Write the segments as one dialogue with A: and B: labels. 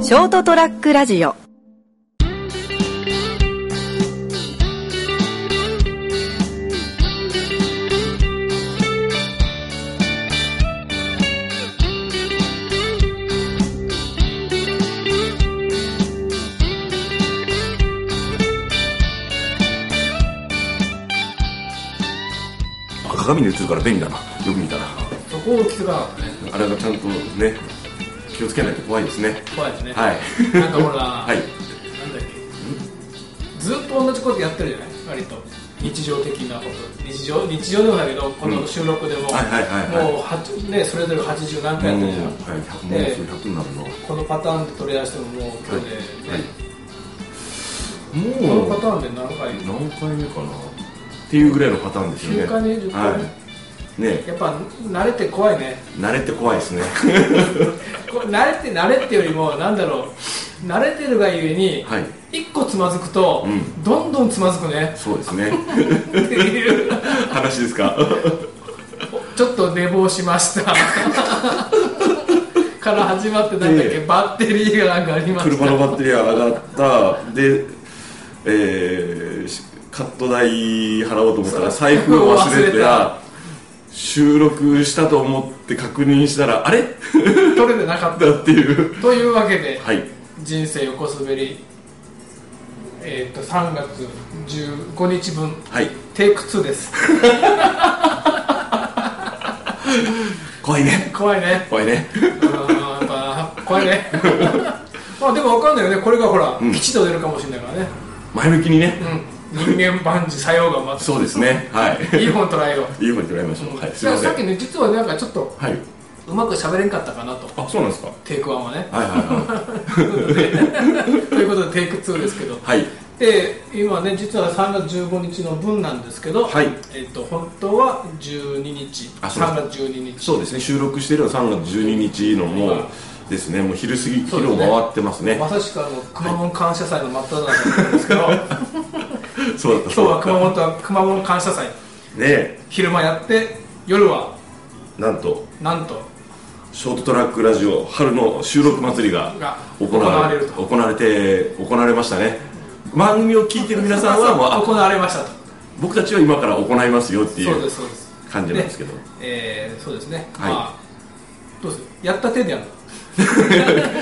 A: ショートトラックラジオ
B: あ鏡で映るから便利だなよく見たら
C: そこを気づかなかったね
B: あれがちゃんとね気をつけないと怖いですね
C: 怖いですね、
B: はい
C: なんかほ ら、
B: はい
C: なんだっけずっと同じことやってるじゃない割と日常的なこと日常日常でもだけどこの収録でも、
B: はいはいはいはい
C: もうはちねそれぞれ80何回やって
B: もう
C: るじゃん、
B: はい100もう
C: です
B: ぐ100になるの
C: このパターンで取り出してももう今日で、
B: はい
C: こ
B: もう
C: のパターンで何回
B: 何回目かなっていうぐらいのパターンですよね
C: 9回目10回目
B: はいね
C: やっぱ慣れて怖いね
B: 慣れって怖いです ね
C: これ慣れて慣れってよりもなんだろう慣れてるがゆえに、
B: はい
C: 一個つまずくと、
B: うん
C: どんどんつまずくね
B: そうですね
C: っていう
B: 話ですか
C: ちょっと寝坊し ましたから始まってなんだっけ、
B: ええ
C: バッテリーがなんかありました
B: 車のバッテリーが上がったでえーしカット代払おうと思ったら財布を忘れ
C: 忘れ
B: て
C: た
B: た収録したと思って確認したらあれ
C: 取れてなかっ
B: だっていう
C: たというわけで、
B: はい
C: 人生横滑りえっ、と3月15日分
B: はい
C: テイク2です
B: 怖いね
C: 怖いね
B: 怖いね
C: うーんやっぱ怖 いねまあでも分かんないよねこれがほら、
B: ん
C: 吉と出るかもしれないからね、
B: 前向きにね
C: うん、人間万事さようが待
B: そうですねはい
C: ついい本捉えよう
B: いい方に捉えましょうはいすいませ
C: さっ
B: ん
C: きね実はなんかちょっと
B: はいう
C: まく喋れんかったかなと
B: あそうなんですかは
C: テイク1はね
B: いはいは
C: ということでテイク2ですけど
B: いはい
C: で今ね実は3月15日の分なんですけど、
B: はい
C: えっと本当は12日
B: あそうです
C: 3月12日
B: そうですね収録してるのは3月12日のもうですねもう昼過ぎ
C: そう
B: 昼
C: ですね
B: を回ってますね
C: まさしくあの熊本感謝祭の真っ只中なんで すけど、
B: そうだったそう
C: 今日は熊
B: だっ
C: 本は熊本感謝祭
B: たねえ
C: 昼間やって夜は
B: なんと
C: なんと
B: ショートトラックラジオ春の収録祭りが
C: が
B: 行
C: 行
B: わ
C: われ
B: れ
C: ると
B: 行われて行われましたね番組を聞いてる皆さんはもうあ
C: 行われましたと
B: 僕たちは今から行いますよってい
C: そうで
B: う
C: すそうです
B: 感じなんですけど
C: えー、そうですね、
B: はい
C: まあどうするやった手でやる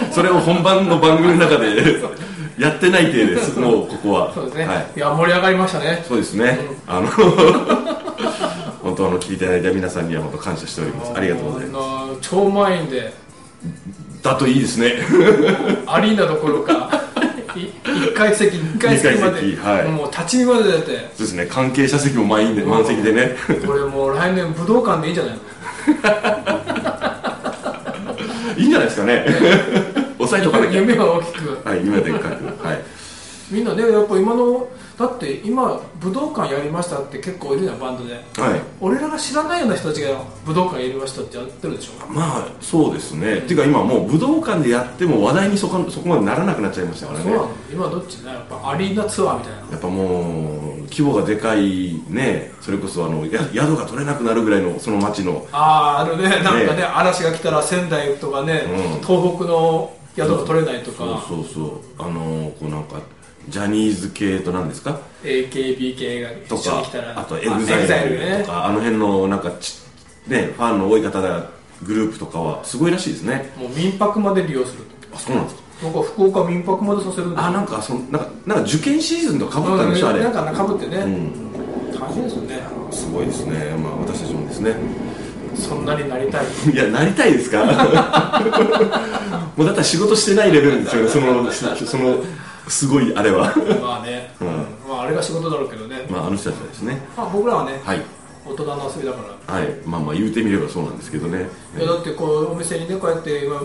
C: の
B: それを本番の番組の中でやってない体 です、もうここは。
C: そうですね、
B: はい
C: い、や盛り上がりましたね
B: そうですね。あの 本当あの聞いていただいた皆さんには本当感謝しております。ありがとうございま。
C: あの超満員です
B: だといいですね。
C: アリーナどころ か1階席2階席まで
B: 二階席はい
C: もう立ち見まで出て
B: そうですね。関係者席も満員で満席でね。
C: これもう来年武道館でいいんじゃないの
B: いいんじゃないです かね。抑えとかなきゃ。
C: 夢は大きく
B: はい、夢でっかく。はい。
C: みんなねやっぱ今のだって今武道館やりましたって結構いるじゃんバンドで
B: はい。
C: 俺らが知らないような人たちが武道館やりましたってやってるでしょ
B: まあそうですね。ていうか今もう武道館でやっても話題にそこそこまでならなくなっちゃいましたから
C: そう
B: ね
C: な。の今どっちねやっぱアリーナツアーみたいな
B: やっぱもう規模がでかいねそれこそあのや宿が取れなくなるぐらいのその町の
C: あああるねなんかね
B: ね
C: 嵐が来たら仙台とかね、
B: うん
C: 東北の宿が取れないとか
B: そうそうそうあのこうなんかジャニーズ系と何ですか
C: AKB 系が一
B: と
C: 緒に
B: か
C: 来たら
B: あとエ
C: ま
B: グザイルとかあの辺のなんかちねファンの多い方がグループとかはすごいらしいですね
C: もう民泊まで利用する
B: あそうなんですか
C: と僕は福岡民泊までさせるんだ
B: あなんかそのなんかなんか受験シーズンとかぶったんでしょあれ
C: なんかかぶってね、
B: うん
C: 大変ですよね
B: すごいですねまあ私たちもですね
C: そんなになりたい
B: いや、なりたいですか もうだったら仕事してないレベルですよね、その、その、すごいあれは。
C: まあね、
B: うん
C: まああれが仕事だろうけどね、
B: まあ、あの人たちはですね。
C: まあ、僕らはね、
B: はい。
C: 大人の遊びだから
B: はい。まあまあ、言うてみればそうなんですけどね。
C: いやだってこうお店にねこうやって今あ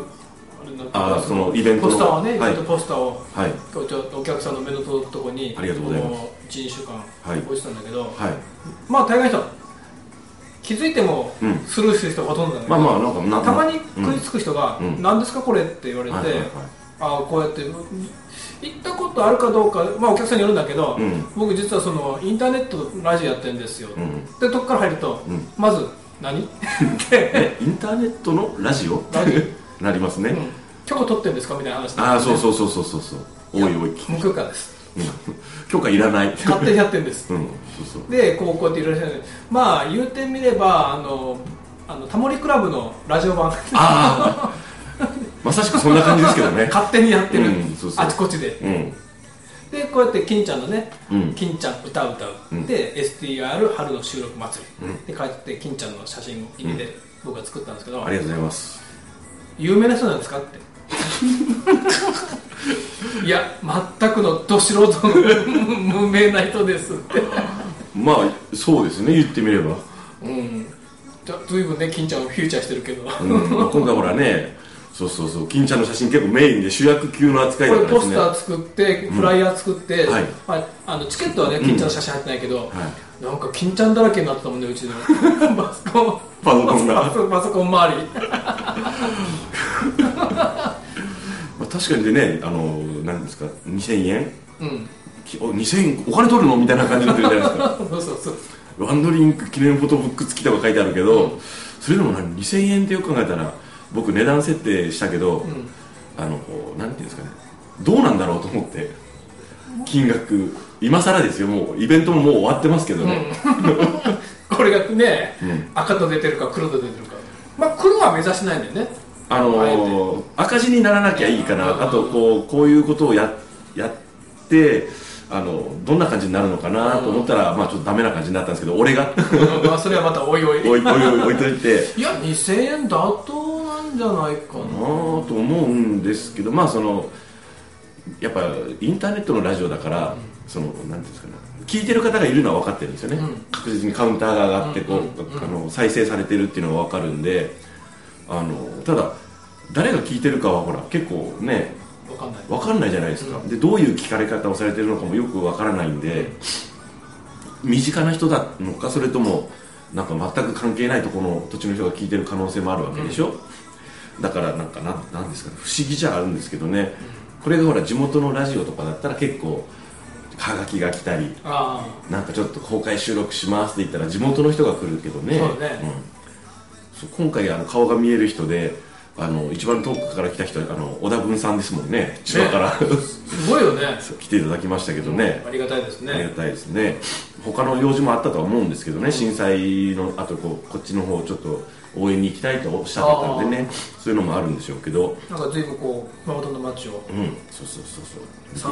C: れになってま
B: あ
C: す
B: ーそのイベントの
C: ポスターはね、
B: はい
C: イベントポスターを
B: はい。
C: 今日ちょっとお客さんの目の届くところに
B: ありがとうございます
C: こう1、2週間
B: い
C: 置いてたんだけど、
B: はい。
C: まあ大概の人気づいても
B: うん
C: スルーしてる人がほとんどだね、
B: まあまあ、なんか、な
C: たまに
B: うん
C: 食いつく人が「
B: うん
C: 何ですかこれ?」って言われて、
B: はいはいはい
C: ああこうやって行ったことあるかどうか、まあ、お客さんによるんだけど、
B: うん
C: 僕実はそのインターネットラジオやってるんですよ、
B: うん
C: でどっから入ると、
B: うん
C: まず何って
B: え、インターネットのラジオ
C: ラジ
B: なりますね。
C: うん許可取ってんですかみたいな話
B: ああそう
C: う
B: そうそうそうそうそうおいおい
C: 無許可です
B: 許可いらないうんそう
C: 勝手にやってんです
B: そう
C: でこうこうやっていろいろやってるまあ言うてみればあのあのタモリクラブのラジオ版
B: ああまさしくそんな感じですけどね
C: 勝手にやってる、
B: うんそうそう
C: あちこちで
B: うん
C: でこうやって金ちゃんのね、
B: うん
C: 金ちゃん歌う歌う、
B: ん
C: で STR 春の収録祭り、
B: うん
C: で帰って金ちゃんの写真を入れて僕が作ったんですけど、
B: ありがとうございます
C: 有名な人なんですかっていや全くのど素人の無名な人ですって
B: まあそうですね言ってみれば、
C: うんじゃ随分ね金ちゃんをフューチャーしてるけど、
B: うん
C: こ
B: まあ今回ほらねそうそうそう金ちゃんの写真結構メインで主役級の扱いだ
C: れ
B: からで
C: ポ
B: す
C: ス
B: ね
C: ター作って、フライヤー作って、
B: はい
C: あ、あのチケットはね金ちゃんの写真入ってないけど、
B: はい
C: なんか金ちゃんだらけになってたも んねうちのパソコン
B: パソコンが
C: パソパソコン周り
B: まあ、確かにでねあのなんですか2000円
C: うん
B: きお2000お金取るのみたいな感じになってるじゃないですか
C: そうそうそう
B: ワンドリンク記念フォトブック付きとか書いてあるけど、それでも何2000円ってよく考えたら僕値段設定したけど、
C: ん
B: あのこうなんていうんですかねどうなんだろうと思って金額今更ですよもうイベントももう終わってますけどね、
C: これがね、
B: うん
C: 赤と出てるか黒と出てるかまあ黒は目指しないんだよね
B: あのー赤字にならなきゃいいかな、
C: うん
B: あとこうこういうことをややってあのどんな感じになるのかなと思ったら、まあちょっとダメな感じになったんですけど俺が
C: うんまあそれはまたおいおい
B: 置い置い置い置いといて
C: いや2000円妥当なんじゃないか
B: な
C: な
B: あと思うんですけどまあそのやっぱインターネットのラジオだから、そのなんていうんですかね聞いてる方がいるのは分かってるんですよね、
C: うん
B: 確実にカウンターが上がってこう、
C: うんうんうん
B: あの再生されてるっていうのは分かるんであのただ誰が聞いてるかはほら結構ね
C: わかんない
B: 分かんないじゃないですか、
C: う
B: でどういう聞かれ方をされてるのかもよく分からないんで、身近な人だのかそれともなんか全く関係ないところの土地の人が聞いてる可能性もあるわけでしょ、だからなんかなんなんですかね不思議じゃあるんですけどね、これがほら地元のラジオとかだったら結構はがきが来たり
C: あ
B: なんかちょっと公開収録しますって言ったら地元の人が来るけどね
C: そうね
B: うんそう今回あの顔が見える人であの一番遠くから来た人あの小田文さんですもんね千葉から、
C: あすごいよね
B: そう来ていただきましたけどね、
C: ありがたいですね
B: ありがたいですね他の用事もあったとは思うんですけどね震災のあとこうこっちの方ちょっと応援に行きたいとおっしゃってたんでねそういうのもあるんでしょうけど
C: なんか随分こう熊本の街を
B: うんそうそうそうそう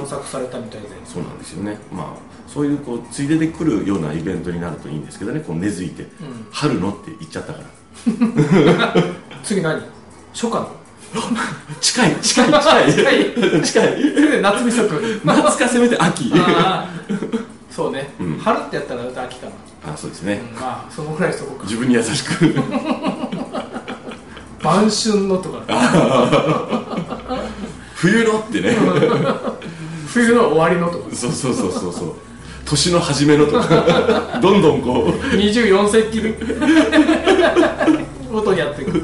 C: 散策されたみたいで
B: そうなんですよね、まあ、そういうこうついでで来るようなイベントになるといいんですけどねこう根付いて、春のって言っちゃったから
C: 次何初夏の
B: 近い近い近 い
C: 近
B: い 近い
C: それ で夏美食
B: 夏かせめて秋
C: あーそうね、
B: うん
C: 春ってやったら秋かな、
B: あそうです
C: う
B: ね
C: ん、まあそのくらいにしとこうか
B: 自分に優しく
C: 晩春のとか
B: 冬のってね
C: 冬の終わりのとか
B: そうそうそうそうそう年の初めのと かどんどんこう
C: 24世 紀ごとにやっていく
B: っ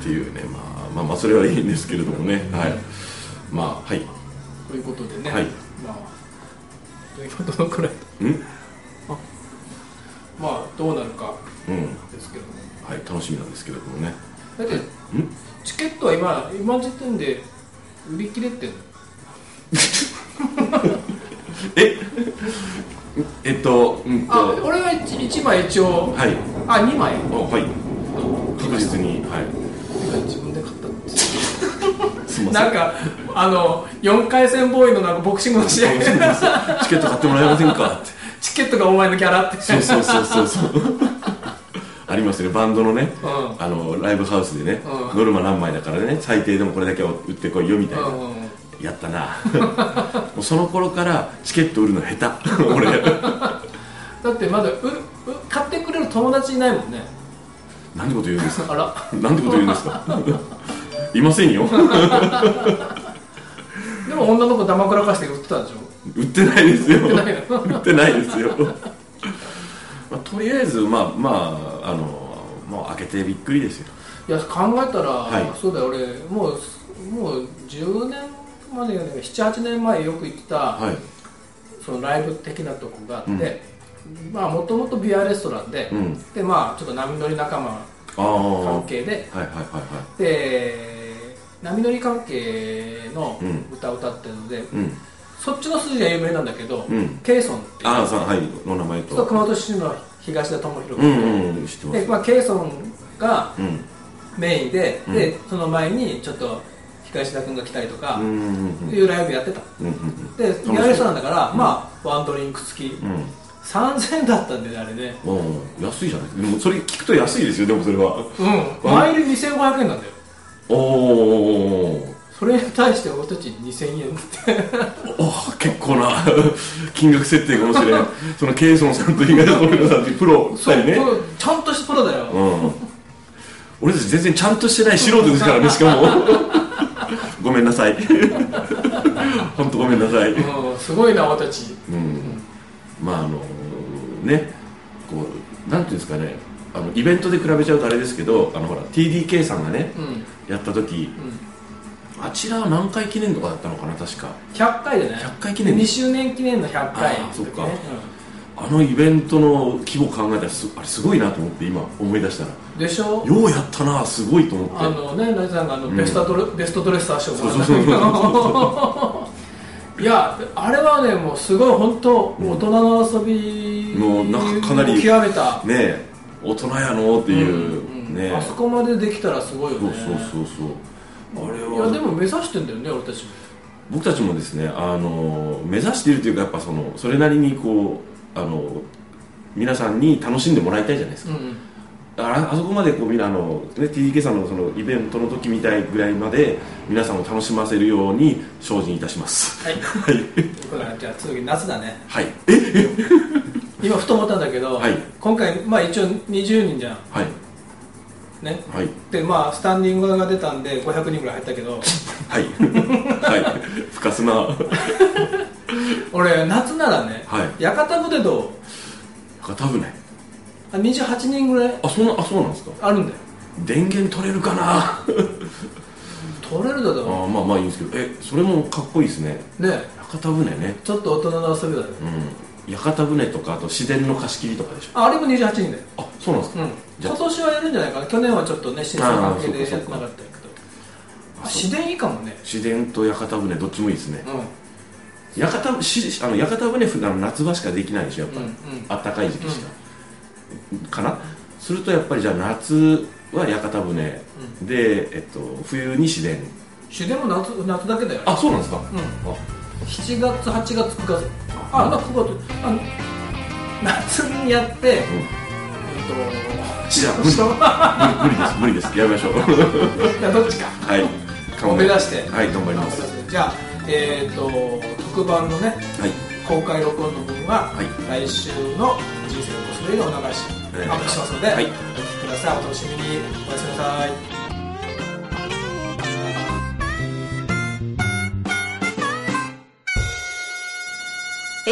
B: ていうね、まあ、まあまあそれはいいんですけれどもねはいまあはい
C: ということでね、
B: はい
C: まあということのくらい
B: うん
C: まあどうなるか
B: うん
C: ですけども
B: はい楽しみなんですけれどもね
C: だってチケットは今今時点で売り切れてる
B: え えっとうんと
C: あ俺は 1, 枚一応
B: はい
C: あ2枚
B: あはい確実にはい
C: 自分で買ったんです
B: すみませ
C: なんんかあの4回戦ボーイのなんかボクシングの試合で
B: チケット買ってもらえませんかって
C: チケットがお前のギャラって
B: そうそうそうそうそうありますよねバンドのね、
C: うん
B: あのライブハウスでね、
C: うん
B: ノルマ何枚だからね最低でもこれだけは売ってこいよみたいな、
C: うん
B: やったなもうその頃からチケット売るの下手俺
C: だってまだうう買ってくれる友達いないもんね
B: なんてこと言うんですか
C: あら
B: なんてこと言うんです かいませんよ
C: でも女の子黙らかして売ってたんでしょ
B: 売ってないですよ
C: 売ってないの
B: 売ってないですよ、 まあ、とりあえずまあまああのもう開けてびっくりですよ
C: いや考えたら、
B: はい
C: そうだよ俺もうもう10年までよりも78年前よく行ってた、
B: はい
C: そのライブ的なとこがあって、まあもともとビアレストランで、
B: うん
C: でまあちょっと波乗り仲間
B: ああは
C: 関係で、
B: いはいはいはい
C: で波乗り関係の
B: うん
C: 歌を歌ってるので、
B: うん
C: そっちの筋では有名なんだけど、
B: うん
C: ケイソンっていう
B: ああさんはいの名前
C: ちょっと
B: と
C: 熊本市の東田智弘
B: う
C: 君
B: ん
C: で,、
B: うんうん知ってます
C: まあ、ケイソンが
B: うん
C: メインで、
B: うん
C: でその前にちょっと東田君が来たりとか、
B: うんうん
C: いうライブやってた
B: うんうん
C: で
B: そう
C: やる人なんだから、
B: うん
C: まあワンドリンク付き、
B: うん
C: 3000円だったんでねあれね
B: うん安いじゃないでもそれ聞くと安いですよでもそれは
C: うんマイル2500円なんだよ
B: おお
C: それに対して俺たち2000円 って
B: お結構な 金額設定かもしれんそのケイソンさんと東野幸さんっていうプロ2人ね
C: そうちゃんとしたプロだよ、
B: うん俺たち全然ちゃんとしてない素人ですからねしかもごめんなさい本当ごめんなさい、
C: うんすごいな俺たち
B: うん、まああのねこうなんていうんですかねあのイベントで比べちゃうとあれですけどあのほら TDK さんがね
C: うん、うん、
B: やった時あちらは何回記念とかだったのかな確か
C: 100回でね
B: 100回記念
C: 2周年記念の100回、
B: あーそっか
C: ね
B: あのイベントの規模考えたらすあれすごいなと思って今思い出したら
C: うんでし
B: よ
C: ょ
B: うやったなすごいと思って
C: あのね成田さんがあの、
B: うん
C: ベストドレベストドレッサー賞もらった
B: そうそうそう
C: いやあれはねもうすごい本当大人の遊び
B: もうなんかかなり
C: を極めた
B: ねえ大人やのっていう、
C: んん
B: ねえ
C: あそこまでできたらすごいよ
B: そう
C: ね
B: そうそうそうあれ
C: いや
B: は
C: でも目指してんだよね俺たちも
B: 僕たちもですねあの目指しているというかやっぱそのそれなりにこうあの皆さんに楽しんでもらいたいじゃないですか、
C: うん
B: だからあそこまでこうみんなあの、ね、TDK さんのそのイベントの時みたいぐらいまで皆さんを楽しませるように精進いたします
C: はい
B: はい
C: だからじゃあ次夏だね
B: はいえ
C: 今ふと思ったんだけど、
B: はい
C: 今回まあ一応20人じゃん
B: はい
C: ね
B: はい
C: でまあスタンディングが出たんで500人ぐらい入ったけ ど
B: はいはい深すな
C: 俺夏ならね、
B: は
C: 屋形船と
B: 多分ね
C: あ28人ぐらい
B: あそんなあそうなんですか
C: あるんだよ
B: 電源取れるかな
C: 取れるだろ
B: あーまあまあいいんですけどえそれもかっこいいですね
C: うね
B: 屋形船ね
C: ちょっと大人の遊びだよ
B: うん屋形船とかあと市電の貸し切りとかでしょ
C: ああれも28人だよ
B: あそうなんですか、
C: うん
B: じゃあ
C: 今年はやるんじゃないかな去年はちょっとね新鮮な関係で
B: あーそう
C: やって
B: かそ
C: な
B: うか
C: かったけどあ自然いいかもね
B: 市電と屋形船どっちもいいですね
C: うん
B: 屋形しあの屋形船ふあの夏場しかできないでしょやっぱ
C: うん
B: り、
C: うん
B: あったかい時期しか、かなするとやっぱりじゃあ夏は屋形船、で、えっと、冬に市電
C: 主でも夏夏だけだよ
B: あそうなんですか、
C: うん
B: あ
C: 7月8月9月あな9月あ夏にやって、うんと
B: いや無理無 理無理です無理ですやめましょう
C: じゃあどっちか
B: はい
C: を目指して
B: はい頑張ります
C: じゃあえっ、と特番のね
B: はい
C: 公開録音の分は、
B: はい
C: 来週の「人生のコスプレ」でお流し
B: お願いします
C: アップしますので、
B: はい
C: お聞きくださいお楽しみにおやすみなさい